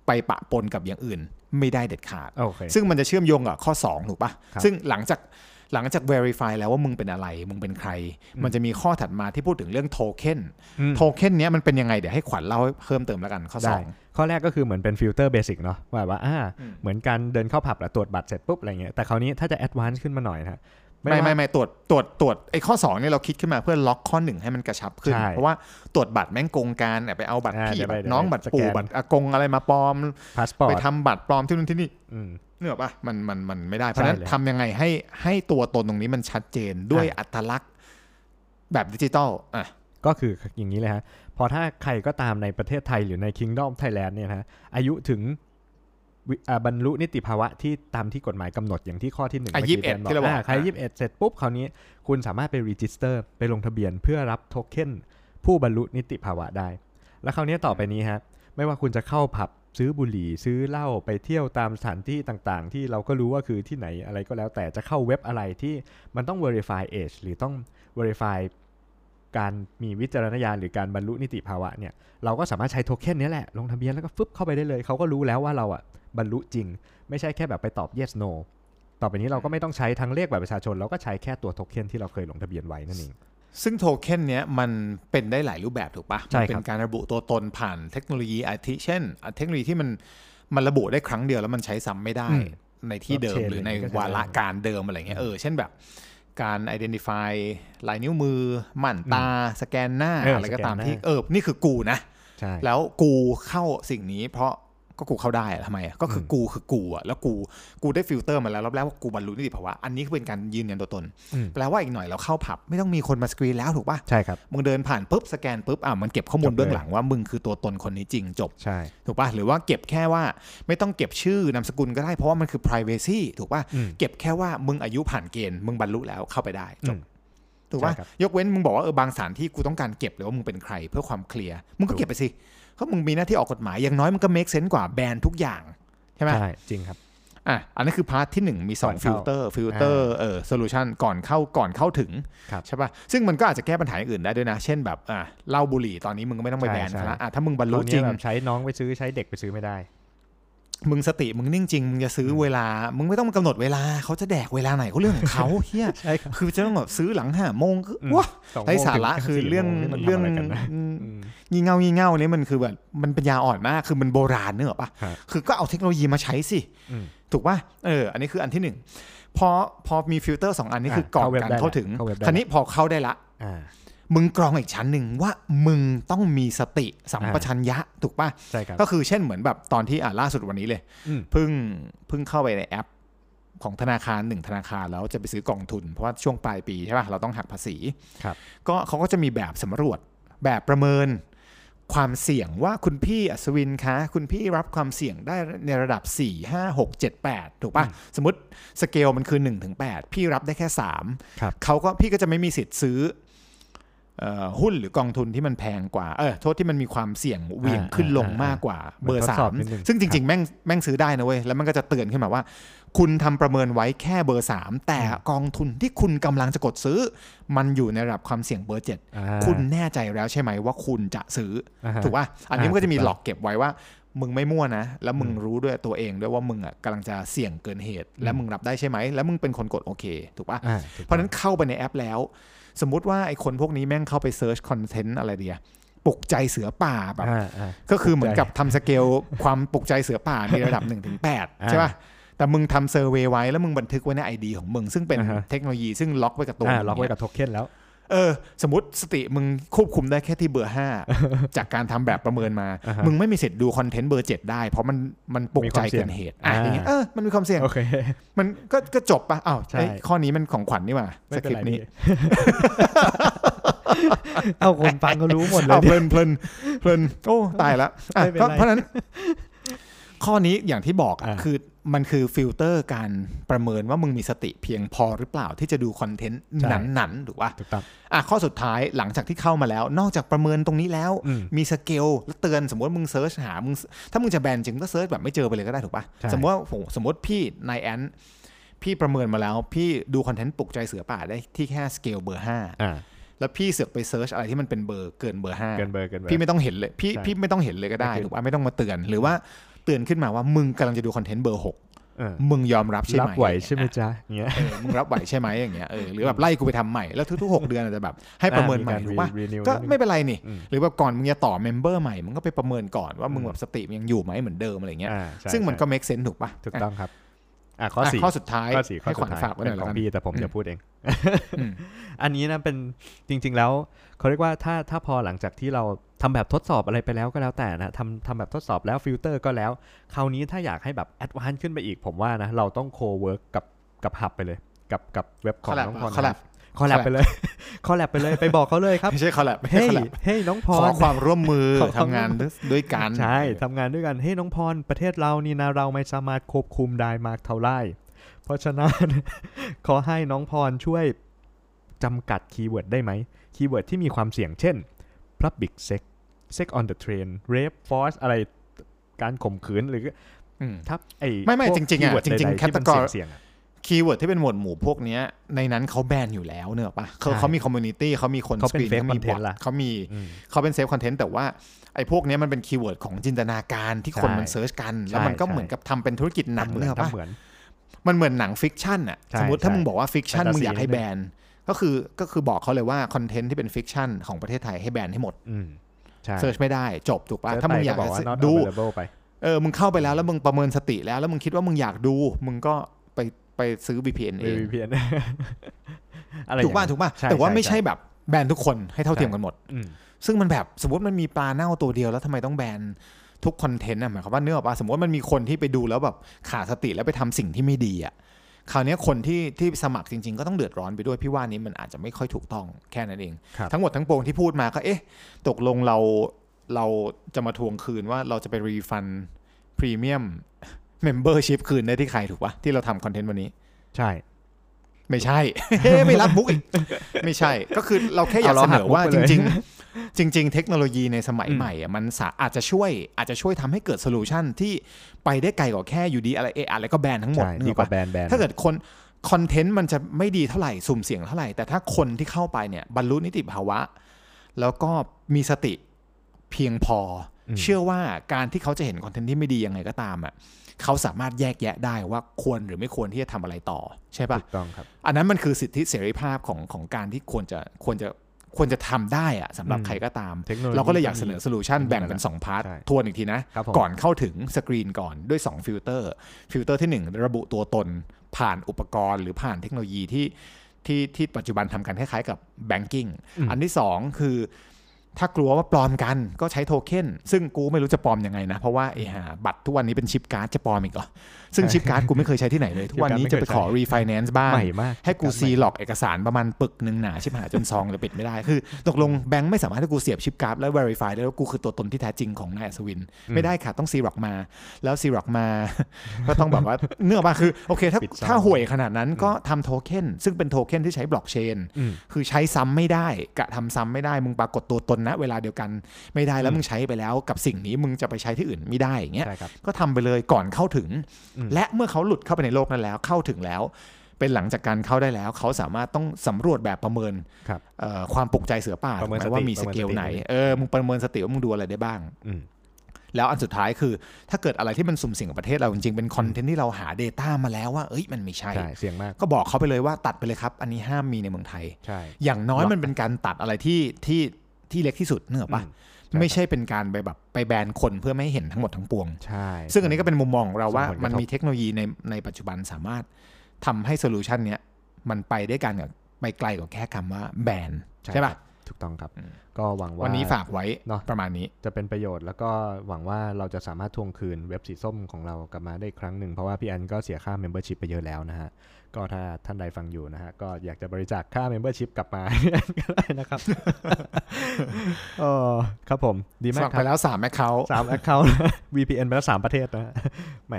Speaker 3: ไปปะปนกับอย่างอื่น ไม่ได้เด็ดขาด
Speaker 4: โอเค
Speaker 3: ซึ่งมันจะเชื่อมโยงกับข้อ 2 ถูกปะ
Speaker 4: ครับ
Speaker 3: ซึ่งหลังจากหลังจาก verify แล้วว่ามึงเป็นอะไร มึงเป็นใคร
Speaker 4: อืม
Speaker 3: มันจะมีข้อถัดมาที่พูดถึงเรื่องโทเค็น
Speaker 4: อืม
Speaker 3: โทเค็นเนี้ยมันเป็นยังไงเดี๋ยวให้ขวัญเล่าเพิ่มเติมแล้วกันข้อ
Speaker 4: ได้
Speaker 3: 2
Speaker 4: ข้อแรกก็คือเหมือนเป็นฟิลเตอร์เบสิกเนาะว่าแบบว่าอ่า
Speaker 3: อืม
Speaker 4: เหมือนการเดินเข้าผับแล้วตรวจบัตรเสร็จปุ๊บอะไรเงี้ยแต่คราวนี้ถ้าจะแอดวานซ์ขึ้นมาหน่อยนะฮะ
Speaker 3: ไม่
Speaker 4: ว่า
Speaker 3: ไม่ไม่ตรวจตรวจตรวจไอ้ข้อ2เนี่ยเราคิดขึ้นมาเพื่อล็อกข้อหนึ่งให้มันกระชับขึ้น
Speaker 4: ใช่
Speaker 3: เพราะว่าตรวจบัตรแม่งโกงการเนี่ยไปเอาบัตร
Speaker 4: อ่า
Speaker 3: พี่
Speaker 4: เดี๋ยวไป
Speaker 3: บัตร
Speaker 4: เดี๋ยว
Speaker 3: น้อง
Speaker 4: ไป
Speaker 3: บัตร
Speaker 4: สแกน
Speaker 3: ปู่บัตรอากงอะไรมาปลอม
Speaker 4: พาสปอร์
Speaker 3: ไป
Speaker 4: ต
Speaker 3: ทำบัตรปลอมที่นู่นที่นี่
Speaker 4: อืม
Speaker 3: เนื้ออกปะมันมันมันไม่ได้ เพ
Speaker 4: ใช่
Speaker 3: ราะฉะนั้น
Speaker 4: เลย
Speaker 3: ทำยังไงให้ให้ตัวตนตรงนี้มันชัดเจนด้วยอัตลักษณ์แบบดิจิตอลอ่ะ
Speaker 4: ก็คืออย่างนี้เลยฮะ พอถ้าใครก็ตามในประเทศไทยหรือใน Kingdom Thailand เนี่ยนะฮะอายุถึง วิอ่าบรรลุนิติภาวะที่ตามที่กฎหมายกำหนดอย่างที่ข้อที่หนึ่ง
Speaker 3: อ่ะ
Speaker 4: มื่กี้แน
Speaker 3: 21ที่เราบอก
Speaker 4: ใคร
Speaker 3: อ่ะ
Speaker 4: ยี่สิบเอ็ดเสร็จปุ๊บคราวนี้คุณสามารถไปรีจิสเตอร์ไปลงทะเบียนเพื่อรับโทเค็นผู้บรรลุนิติภาวะได้ แล้วคราวนี้ต่อไปนี้ฮะไม่ว่าคุณจะเข้าผับซื้อบุหรี่ซื้อเหล้าไปเที่ยวตามสถานที่ต่างๆ ที่เราก็รู้ว่าคือที่ไหนอะไรก็แล้ว แต่จะเข้าเว็บอะไรที่มันต้อง verify age หรือต้อง verify การมีวิจารณญาณหรือการบรรลุนิติภาวะเนี่ยเราก็สามารถใช้โทเค็นนี้แหละ ลงทะเบียนแล้วก็ฟึบเข้าไปได้เลย เขาก็รู้แล้วว่าเราอ่ะบรรลุจริง ไม่ใช่แค่แบบไปตอบ yes no ต่อไปนี้เราก็ไม่ต้องใช้ทั้งเลขบัตรประชาชนเราก็ใช้แค่ตัวโทเค็นที่เราเคยลงทะเบียนไว้นั่นเอง
Speaker 3: ซึ่งโทเค็นเนี้ยมันเป็นได้หลายรูปแบบถูกปะ
Speaker 4: ใช่
Speaker 3: มั
Speaker 4: ครับ
Speaker 3: เป็นการระบุตัวตนผ่านเทคโนโลยีอาทิเช่นอ่ะเทคโนโลยีที่มันมันระบุได้ครั้งเดียวแล้วมันใช้ซ้ำไม่ได้ ในที่เดิม
Speaker 4: Blockchain
Speaker 3: หรือใน
Speaker 4: อะไรอย่างเงี้ยก็ใช้
Speaker 3: วาระ
Speaker 4: ได้
Speaker 3: การเดิมอะไรเงี้ยเออเช่นแบบการ identify ลายนิ้วมือหมั่นตา สแกนหน้า
Speaker 4: เอออ
Speaker 3: อะไรก็ตา
Speaker 4: ส
Speaker 3: ม
Speaker 4: แกนหน้า
Speaker 3: ที่เออนี่คือกูนะ
Speaker 4: ใช่
Speaker 3: แล้วกูเข้าสิ่งนี้เพราะก็กูเข้าได้อะทำไมอะก็คืออ
Speaker 4: ม
Speaker 3: กูคือกูอะแล้วกูกูได้ฟิลเตอร์มาแล้วรอบแรกว่ากูบรรลุนิติภาวะอันนี้คือเป็นการยืนยันตัวตน
Speaker 4: อืม
Speaker 3: แปลว่าอีกหน่อยเราเข้าผับไม่ต้องมีคนมาสกรีนแล้วถูกปะ
Speaker 4: ใช่ครับ
Speaker 3: มึงเดินผ่านปุ๊บสแกนปุ๊บอ่ะมันเก็บข้อมูล
Speaker 4: จบเลย
Speaker 3: เบื้องหลังว่ามึงคือตัวตนคนนี้จริงจบ
Speaker 4: ใช่
Speaker 3: ถูกป่ะหรือว่าเก็บแค่ว่าไม่ต้องเก็บชื่อนามสกุลก็ได้เพราะว่ามันคือ p r i เวซีถูกป่ะ
Speaker 4: อืม
Speaker 3: เก็บแค่ว่ามึงอายุผ่านเกณฑ์มึงบรรลุแล้วเข้าไปได้จบ
Speaker 4: อืม
Speaker 3: ถูกป่ะ
Speaker 4: ใช่ครับ
Speaker 3: ยกเว้นมึงบอกว่าเออบางสถานที่กูต้องการเก็บเลยว่ามึงเป็นใครเพื่อความเคลียร์มึงก็
Speaker 4: ถูก
Speaker 3: เก็บไปสิเพราะมึงมีหน้าที่ออกกฎหมายอย่างน้อยมันก็ make sense กว่าแบนทุกอย่างใช่ไหม
Speaker 4: ใช่จริงครับ
Speaker 3: อ่ะอันนี้นคือพาร์ทที่ 1 มี
Speaker 4: ก่อน
Speaker 3: 2
Speaker 4: เข้า
Speaker 3: ฟิลเตอร์ฟิลเตอร์เอ่อโซลูชันก่อนเข้าก่อนเข้าถึง
Speaker 4: ครับ
Speaker 3: ใช่ป่ะซึ่งมันก็อาจจะแก้ปัญหาอย่างอื่นได้ด้วยนะ เช่นแบบอ่ะเหล้าบุหรี่ตอนนี้มึงก็ไม่ต้องไป
Speaker 4: ใช่
Speaker 3: แบน
Speaker 4: ใช่
Speaker 3: ซะละอ่ะถ้ามึงบรรลุจริง
Speaker 4: คาวนี้แบบใช้น้องไปซื้อใช้เด็กไปซื้อไม่ได้
Speaker 3: มึงสติมึงนิ่งจริง มึงจะซื้อเวลา มึงไม่ต้องมากำหนดเวลาเขาจะแดกเวลาไหนเขาเรื่องของเขา เฮีย
Speaker 4: ใช่ครับ
Speaker 3: คือจะต้องแบบซื้อหลังห้าโมงก็
Speaker 4: อืม
Speaker 3: ว้า
Speaker 4: สองโมง
Speaker 3: ไร้
Speaker 4: ถึ
Speaker 3: สาระ
Speaker 4: ง
Speaker 3: คือ
Speaker 4: สี่โม
Speaker 3: เรื่อง
Speaker 4: นี่มัน
Speaker 3: เรื่อง
Speaker 4: ทำะไกันนะ
Speaker 3: อืม
Speaker 4: อืม
Speaker 3: งี่เง่างี่เง่าเนี่ยมันคือแบบมันปัญญาอ่อนมากคือมันโบราณเนอะปะ
Speaker 4: ครับ
Speaker 3: คือก็เอาเทคโนโลยีมาใช้สิ
Speaker 4: อืม
Speaker 3: ถูกปะเออ อันนี้คืออันที่หนึ่งพอพอมีฟิลเตอร์สองอันนี้
Speaker 4: อ่ะ
Speaker 3: คือก่อน
Speaker 4: เข้าเว็บ
Speaker 3: การ
Speaker 4: ได้
Speaker 3: เข้าถึง
Speaker 4: เข้าเว็บได้
Speaker 3: คราวนี้พอเข้าได้ละ
Speaker 4: อ่า
Speaker 3: มึงกรองอีกชั้นหนึ่งว่ามึงต้องมีสติสัมปชัญญะถูกปะ
Speaker 4: ใช่ครับ
Speaker 3: ก็คือเช่นเหมือนแบบตอนที่อ่าล่าสุดวันนี้เลย
Speaker 4: อืม
Speaker 3: เพิ่งเพิ่งเข้าไปในแอป ของธนาคารหนึ่งธนาคารแล้วจะไปซื้อกองทุน เพราะว่าช่วงปลายปีใช่ปะเราต้องหักภาษี
Speaker 4: ครับ
Speaker 3: ก็เขาก็จะมีแบบสำรวจแบบประเมินความเสี่ยงว่าคุณพี่อัศวินคะคุณพี่รับความเสี่ยงได้ในระดับ 4 5 6 7 8 ถูกปะสมมติสเกลมันคือ1ถึง8พี่รับได้แค่
Speaker 4: ครับ
Speaker 3: 3 เขาก็พี่ก็จะไม่มีสิทธิ์ซื้อเอ่อหุ้นหรือกองทุนที่มันแพงกว่าเออโทษที่มันมีความเสี่ยงเหวี่ยงขึ้นลงมากกว่าเบอร์
Speaker 4: เหมือนทดสอบนิดนึง
Speaker 3: 3ซึ่งจ
Speaker 4: ครั
Speaker 3: ริ
Speaker 4: บ
Speaker 3: ง ๆ แม่งแม่งซื้อได้นะเว้ยแล้วมันก็จะเตือนขึ้นมาว่า คุณทำประเมินไว้แค่เบอร์ 3 แต่กองทุนที่คุณกำลังจะกดซื้อ มันอยู่ในระดับความเสี่ยงเบอร์ 7
Speaker 4: อ่า
Speaker 3: คุณแน่ใจแล้วใช่ไหมว่าคุณจะซื้ออา
Speaker 4: ฮะ
Speaker 3: ถูกป่ะอันนี้
Speaker 4: อ่ามั
Speaker 3: มันก็จะมี
Speaker 4: ถูกต้อง
Speaker 3: หลอกเก็บไว้ว่า มึงไม่มั่วนะ แล้วมึง
Speaker 4: อืม
Speaker 3: รู้ด้วยตัวเองด้วยว่ามึงอ่ะกำลังจะเสี่ยงเกินเหตุ และ
Speaker 4: อืม
Speaker 3: มึงรับได้ใช่ไหมแล้วมึงเป็นคนกดโอเค ถูกป่ะ
Speaker 4: อ่าถูกต้อง
Speaker 3: เพราะฉะนั้นเข้าไปในแอปแล้ว สมมุติว่าไอ้คนพวกนี้แม่งเข้าไปเซิร์ชคอนเทนต์อะไรเดียปลุกใจเสือป่าแบบ
Speaker 4: อ่าอ่า
Speaker 3: ก็คือเหมือนกับทำสเกล ความปลุกใจเสือป่ามีระดับ1นถึงแใช่ป่ะ แต่มึงทำเซอร์เวย์ไว้แล้วมึงบันทึกไว้ในไอดีของมึง ซึ่งเป็น
Speaker 4: อ่าฮะ
Speaker 3: เทคโนโลยีซึ่งล็อกไว้กับตัว
Speaker 4: อ่า
Speaker 3: มึง
Speaker 4: ล็อกไว้กับโทเค็นแล้ว
Speaker 3: เออสมมติสติมึงควบคุมได้แค่ที่เบอร์ 5 จากการทำแบบประเมินมา
Speaker 4: อ่าฮะ
Speaker 3: มึงไม่มีสิทธิ์ดูคอนเทนต์เบอร์ 7 ได้ เพราะมันมันปลุกใจเกินเหตุ
Speaker 4: มีความ
Speaker 3: อ่ะ
Speaker 4: เสี่ยง
Speaker 3: อย่างเงี้ย
Speaker 4: อ่า
Speaker 3: เออมันมีความเสี่ยง
Speaker 4: โอเค
Speaker 3: มันก็ก็จบป่ะอ้าว
Speaker 4: ใช่
Speaker 3: เอ้ยข้อนี้มันของขวัญนี่หว่า
Speaker 4: ไม่
Speaker 3: ส
Speaker 4: เป็น
Speaker 3: คริป
Speaker 4: ไร
Speaker 3: ต์
Speaker 4: นี่
Speaker 3: นี้
Speaker 4: [laughs] เอาคนฟังก็รู้หมดเล
Speaker 3: เอา
Speaker 4: ย
Speaker 3: เพลินเพลินเพลินโอ้ตายละอ่ะ
Speaker 4: ไม่เป็น
Speaker 3: เพ
Speaker 4: ไร
Speaker 3: ราะเพราะฉะนั้น ข้อนี้อย่างที่บอกอ่ะ
Speaker 4: อ่า
Speaker 3: คือมันคือฟิลเตอร์การประเมินว่ามึงมีสติเพียงพอหรือเปล่าที่จะดูคอนเทนต์หนันๆถูกป่ะ
Speaker 4: ถูกต้อง
Speaker 3: อ่ะข้อสุดท้ายหลังจากที่เข้ามาแล้ว นอกจากประเมินตรงนี้แล้ว
Speaker 4: อืม
Speaker 3: มีสเกลแล้วเตือนสมมติว่ามึงเซิร์ชหามึงถ้ามึงจะแบนจริงก็เซิร์ชแบบไม่เจอไปเลยก็ได้ถูกป่ะ
Speaker 4: ใช่
Speaker 3: สมมติว่าโหสมมติพี่นายแอนพี่ประเมินมาแล้ว พี่ดูคอนเทนต์ปลุกใจเสือป่าได้ที่แค่สเกลเบอร์ห้า
Speaker 4: อ่า
Speaker 3: แล้วพี่เสือกไปเซิร์ชอะไรที่มันเป็นเบอร์เกินเบอร์ห้า
Speaker 4: เกินเบอร์เกินเบอร์
Speaker 3: พี่ไม่ต้องเห็นเลยพี่
Speaker 4: ใช่
Speaker 3: พี่ไม่ต้องเห็นเลยก็ได้
Speaker 4: ไม่ขึ้น
Speaker 3: ถูกป่ะไม่ต้องมาเตือนหรือว่าเตือนขึ้นมาว่ามึงกำลังจะดูคอนเทนต์เบอร์หก
Speaker 4: เออ
Speaker 3: มึงยอมรับใช่ไหม
Speaker 4: รับไหวใช่ไหมจ๊ะเงี้ย
Speaker 3: เออมึงรับไหวใช่ไหมอย่างเงี้ยเออหรือแบบไล่กูไปทำใหม่แล้วทุกๆหกเดือนอาจจะแบบให้ประเมินใหม่
Speaker 4: อ่า
Speaker 3: ถู
Speaker 4: รี
Speaker 3: กป่ะ
Speaker 4: รีนิว
Speaker 3: ก็
Speaker 4: นิดนึง
Speaker 3: ไม่เป็นไรนี่
Speaker 4: อืม
Speaker 3: หรือแบบก่อนมึงจะต่อเมมเบอร์ใหม่มึงก็ไปประเมินก่อนว่ามึงแบบสติมึงยังอยู่ไหมเหมือนเดิมอะไรเงี้ย
Speaker 4: อ่าใช่
Speaker 3: ซึ่งมันก็
Speaker 4: ใช่
Speaker 3: make sense ถูกป่ะ
Speaker 4: ถูกต้องครับอ่าข้อสี่
Speaker 3: ะข้อสุดท้าย
Speaker 4: ข้อสี่ข้อ
Speaker 3: ให้
Speaker 4: สุ
Speaker 3: ขวั
Speaker 4: ด
Speaker 3: ญ
Speaker 4: ท้าย
Speaker 3: ฝากไว้หน่อย
Speaker 4: ข
Speaker 3: แล้
Speaker 4: อ
Speaker 3: ว
Speaker 4: ง
Speaker 3: กัน
Speaker 4: พี่แต่ผม
Speaker 3: อืม
Speaker 4: จะพูดเอง
Speaker 3: อืม
Speaker 4: อันนี้นะเป็นจริง ๆ แล้วเขาเรียกว่าถ้าถ้าพอหลังจากที่เราทำแบบทดสอบอะไรไปแล้วก็แล้วแต่นะทำทำแบบทดสอบแล้วฟิลเตอร์ก็แล้ว คราวนี้ถ้าอยากให้แบบแอดวานซ์ขึ้นไปอีกผมว่านะเราต้องโคเวิร์กกับกับหับไปเลย กับกับเว็บของ
Speaker 3: Collab
Speaker 4: น้อง
Speaker 3: อ่ะ
Speaker 4: พร
Speaker 3: Collab
Speaker 4: คอลแลบ
Speaker 3: collab
Speaker 4: ไปเลย [laughs] คอลแลบไปเลยไปบอกเขาเลยครับ
Speaker 3: ไม่ใช่คอลแลบไม่ใช่
Speaker 4: เฮ้ย
Speaker 3: คอลแลบ
Speaker 4: เฮ้ยน้องพ
Speaker 3: ขอ
Speaker 4: ร
Speaker 3: ความร่วมมือ
Speaker 4: ขอความ
Speaker 3: ทำงานด้วยกัน
Speaker 4: ใช่ทำงานด้วยกันเฮ้ยน้องพรประเทศเรานี่นะเราไม่สามารถควบคุมได้มากเท่าไหร่เพราะฉะนั้น [laughs] ขอให้น้องพรช่วยจำกัดคีย์เวิร์ดได้ไหมคีย์เวิร์ดที่มีความเสี่ยงเช่น public sex sex on the train rape force อะไรการข่มขืนหรือ
Speaker 3: อืม
Speaker 4: ทับไอ้
Speaker 3: ไม่ไม่
Speaker 4: พวก
Speaker 3: จริงๆอะ
Speaker 4: keyword
Speaker 3: จริงๆ
Speaker 4: ใดๆที่มัน
Speaker 3: category
Speaker 4: เสี่ยงๆอะ
Speaker 3: คีย์เวิร์ดที่เป็นหมวดหมู่พวกเนี้ยในนั้นเขาแบนอยู่แล้วเนอะปะเขา
Speaker 4: ใช่
Speaker 3: เขามีคอมมูนิตี้เขามีคน
Speaker 4: เขาเป็น
Speaker 3: สกรี
Speaker 4: fake
Speaker 3: มี
Speaker 4: content
Speaker 3: ท
Speaker 4: ล่ะ
Speaker 3: เขามี
Speaker 4: อืม
Speaker 3: เขาเป็นเซฟคอนเทนต์แต่ว่าไอ้พวกเนี้ยมันเป็นคีย์เวิร์ดของจินตนาการที่คน
Speaker 4: ใช่
Speaker 3: มันเซิร์ชกัน
Speaker 4: ใช่
Speaker 3: แล้วมันก็
Speaker 4: ใช่
Speaker 3: เหมือนกับทำเป็นธุรกิจหนังเนอะ
Speaker 4: ทำ
Speaker 3: ปะ
Speaker 4: เหมือน
Speaker 3: มันเหมือนหนังฟิกชันอะ
Speaker 4: ใช่
Speaker 3: สมมติถ้า
Speaker 4: ใช่
Speaker 3: มึงบอกว่าฟิกชัน
Speaker 4: Fantasy
Speaker 3: มึงอยากให้
Speaker 4: นิดนึง
Speaker 3: แบนก็คือก็คือบอกเขาเลยว่าคอนเทนต์ที่เป็นฟิกชันของประเทศไทยให้แบนให้หมด
Speaker 4: อืมใช่
Speaker 3: เซิร์ชไม่ได้จบถูกปะ
Speaker 4: เซิร์ช
Speaker 3: ถ้ามึงอยาก
Speaker 4: ไปบอก
Speaker 3: จะ
Speaker 4: ว่า not
Speaker 3: ดู
Speaker 4: available ไป
Speaker 3: เออ มึงเข้าไปแล้วแล้วมึงประเมินสติแล้วแล้วมึงคิดว่ามึงอยากดู มึงก็ไปไปซื้อ VPN เอง
Speaker 4: VPN [laughs] อะไร
Speaker 3: ถูก
Speaker 4: อ
Speaker 3: ป่ะ
Speaker 4: ย่งนั้น
Speaker 3: ถูกป่ะ
Speaker 4: ใช่
Speaker 3: แต่ว่า
Speaker 4: ใช่
Speaker 3: ไม่ใช่
Speaker 4: ใช่
Speaker 3: แบบแบนทุกคนให้เท่าเทียมกันหมด
Speaker 4: อืม
Speaker 3: ซึ่งมันแบบสมมติมันมีปลาเน่าตัวเดียวแล้วทำไมต้องแบนทุกคอนเทนต์อ่ะหมายความว่าเนื้อออกป่ะสมมติมันมีคนที่ไปดูแล้วแบบขาดสติแล้วไปทำสิ่งที่ไม่ดีอ่ะคราวเนี้ยคนที่ที่สมัครจริง ๆ ก็ต้องเดือดร้อนไปด้วยพี่ว่านี้มันอาจจะไม่ค่อยถูกต้องแค่นั้นเอง
Speaker 4: ครับ
Speaker 3: ทั้งหมดทั้งปวงที่พูดมาก็เอ๊ะ ตกลงเราเราจะมาทวงคืนว่าเราจะไปรีฟันพรีเมียม [laughs] เมมเบอร์ชิพคืนได้ที่ใครถูกปะที่เราทำคอนเทนต์วันนี้
Speaker 4: ใช่
Speaker 3: ไม่ใช่
Speaker 4: [laughs]
Speaker 3: ไม่รับบุ๊กอีก ไม่ใช่ ก็คือเราแค่อยาก
Speaker 4: เอาเรา
Speaker 3: เสนอว่า
Speaker 4: หักมุกไป
Speaker 3: จ
Speaker 4: เลย
Speaker 3: ริง ๆ จริง ๆ เทคโนโลยีในสมัย
Speaker 4: อืม
Speaker 3: ใหม่อะมันสาอาจจะช่วยอาจจะช่วยทำให้เกิดโซลูชันที่ไปได้ไกลกว่าแค่อยู่ดีอะไรเออะไรก็แบนทั้งหมด
Speaker 4: ใช่
Speaker 3: นึ
Speaker 4: ดี
Speaker 3: ก
Speaker 4: ก
Speaker 3: ออ
Speaker 4: ว่าก แบ
Speaker 3: ปะ
Speaker 4: นแบน
Speaker 3: ถ้าเกิดคนคอนเทนต์มันจะไม่ดีเท่าไหร่สุ่มเสี่ยงเท่าไหร่ แต่ถ้าคนที่เข้าไปเนี่ยบรรลุนิติภาวะ แล้วก็มีสติเพียงพออ
Speaker 4: ม
Speaker 3: เชื่อว่าการที่เขาจะเห็นคอนเทนต์ที่ไม่ดียังไงก็ตามอ่ะเขาสามารถแยกแยะได้ว่าควรหรือไม่ควรที่จะทำอะไรต่อใช่ปะ
Speaker 4: ถูกต้องครับ
Speaker 3: อันนั้นมันคือสิทธิเสรีภาพของของการที่ควรจะควรจะควรจะทำได้อะสำหรับ
Speaker 4: อืม
Speaker 3: ใครก็ตาม
Speaker 4: เทคโนโลยี
Speaker 3: เราก็เลยอยากเสนอโซลูชันแบ่งเป็น 2 พาร์ท
Speaker 4: ใช่
Speaker 3: ทวนอีกทีนะ
Speaker 4: ครับผม
Speaker 3: ก่อนเข้าถึงสกรีนก่อนด้วย 2 ฟิลเตอร์ ฟิลเตอร์ที่ 1 ระบุตัวตนผ่านอุปกรณ์ หรือผ่านเทคโนโลยีที่ที่ที่ปัจจุบันทำกันคล้ายๆกับแบงกิ้งอันที่ 2 คือ ถ้ากลัวว่าปลอมกันก็ใช้โทเค็นซึ่งกูไม่รู้จะปลอมยังไงนะ เพราะว่าไอ้หาบัตรทุกวันนี้เป็นชิปการ์ดจะปลอมอีกเหรอซึ่งชิปการ์ดกูไม่เคยใช้ที่ไหนเลยทุกวันนี้จะไปขอรีไฟแนนซ์บ้าง
Speaker 4: ใหม่มาก
Speaker 3: ให้กูซีหลอกเอกสารประมาณปึกหนึ่งหนาชิบหายจนซองจะปิดไม่ได้ คือตกลงแบงค์ไม่สามารถให้กูเสียบชิปการ์ดแล้ว verify ได้ว่ากูคือตัวตนที่แท้จริงของนายอัศวิน ไม่ได้ค่ะต้องซีหลอกมา แล้วซีหลอกมา [laughs] ก็ต้องแบบว่าเนื้อมาคือโอเค ถ้า
Speaker 4: ปิดซอง
Speaker 3: ถ้าห่วยขนาดนั้นก็ทำโทเค็นซึ่งเป็นโทเค็นที่ใช้บล็อกเชน
Speaker 4: อืม
Speaker 3: คือใช้ซ้ำไม่ได้กะทำซ้ำไม่ได้ มึงปรากฏตัวตนนะเวลาเดียวกันไม่ได้แล้ว
Speaker 4: อืม
Speaker 3: มึงใช้ไปแล้วกับสิ่งนี้มึงจะไปใช้ที่อื่นไม่ได้อย่างเงี้ย
Speaker 4: ใช่ครับ
Speaker 3: ก็ทำไปเลยก่อนเข้าถึง
Speaker 4: อืม
Speaker 3: และเมื่อเขาหลุดเข้าไปในโลกนั้นแล้วเข้าถึงแล้ว เป็นหลังจากการเข้าได้แล้ว เขาสามารถต้องสำรวจแบบประเมิน
Speaker 4: ครับ
Speaker 3: เอ่อความปลุกใจเสือป่า
Speaker 4: ประเมิน
Speaker 3: ถูก
Speaker 4: สติ
Speaker 3: ไหว่ามี
Speaker 4: ประ
Speaker 3: ส
Speaker 4: เมิน
Speaker 3: เกล
Speaker 4: สติ
Speaker 3: ไหนเออมึงประเมินสติว่ามึงดูอะไรได้บ้าง
Speaker 4: อืม
Speaker 3: แล้วอันสุดท้ายคือ ถ้าเกิดอะไรที่มันสุ่มเสี่ยงกับประเทศเราจริงๆเป็นคอนเทนต์ที่เราหา Data มาแล้วว่าเอ้ยมันไม่ใช่
Speaker 4: ใช่ เสี่ยงมาก
Speaker 3: ก็บอกเขาไปเลยว่าตัดไปเลยครับ อันนี้ห้ามมีในเมืองไทย
Speaker 4: ใช่
Speaker 3: อย่างน้อย
Speaker 4: ล็อก
Speaker 3: มันเป็นการตัดอะไรที่ที่ที่เล็กที่สุดเนอะปะ
Speaker 4: อืมใช่
Speaker 3: ไม่ใช่เป็นการไปแบบไปแบนคนเพื่อไม่ให้เห็นทั้งหมดทั้งปวง
Speaker 4: ใช่
Speaker 3: ซึ่งอันนี้ก็เป็นมุมมองของเราว่า
Speaker 4: ส่งผลกระทบ
Speaker 3: มันมีเทคโนโลยีในในปัจจุบันสามารถทำให้โซลูชันเนี้ยมันไปได้กันกับไปไกลกว่าแค่คำว่าแบนใช่ป่ะ
Speaker 4: ครับถูกต้องครับ
Speaker 3: อืม
Speaker 4: ก็หวังว่า
Speaker 3: วันนี้ฝากไว้
Speaker 4: เนอะ
Speaker 3: ประมาณนี้
Speaker 4: จะเป็นประโยชน์แล้วก็หวังว่าเราจะสามารถทวงคืนเว็บสีส้มของเรากลับมาได้อีกครั้งหนึ่ง เพราะว่าพี่อันก็เสียค่า membership ไปเยอะแล้วนะฮะ ก็ถ้าท่านใดฟังอยู่นะฮะ ก็อยากจะบริจาคค่า membership กลับมา [laughs] ก็ได้นะครับ
Speaker 3: [laughs]
Speaker 4: เออครับผมดีมา
Speaker 3: ฝาก ก
Speaker 4: ค
Speaker 3: ไป
Speaker 4: รับ
Speaker 3: แล้วสามแอคเคา
Speaker 4: สามแอค [laughs] เคาท์ VPN ไปแล้วสามประเทศนะ แหม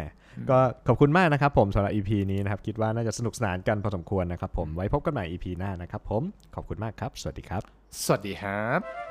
Speaker 4: ก็ขอบคุณมากนะครับผมสำหรับ EP นี้นะครับ คิดว่าน่าจะสนุกสนานกันพอสมควรนะครับผม ไว้พบกันใหม่ EP หน้านะครับผม ขอบคุณมากครับ สวัสดีครับ
Speaker 3: สวัสดีครับ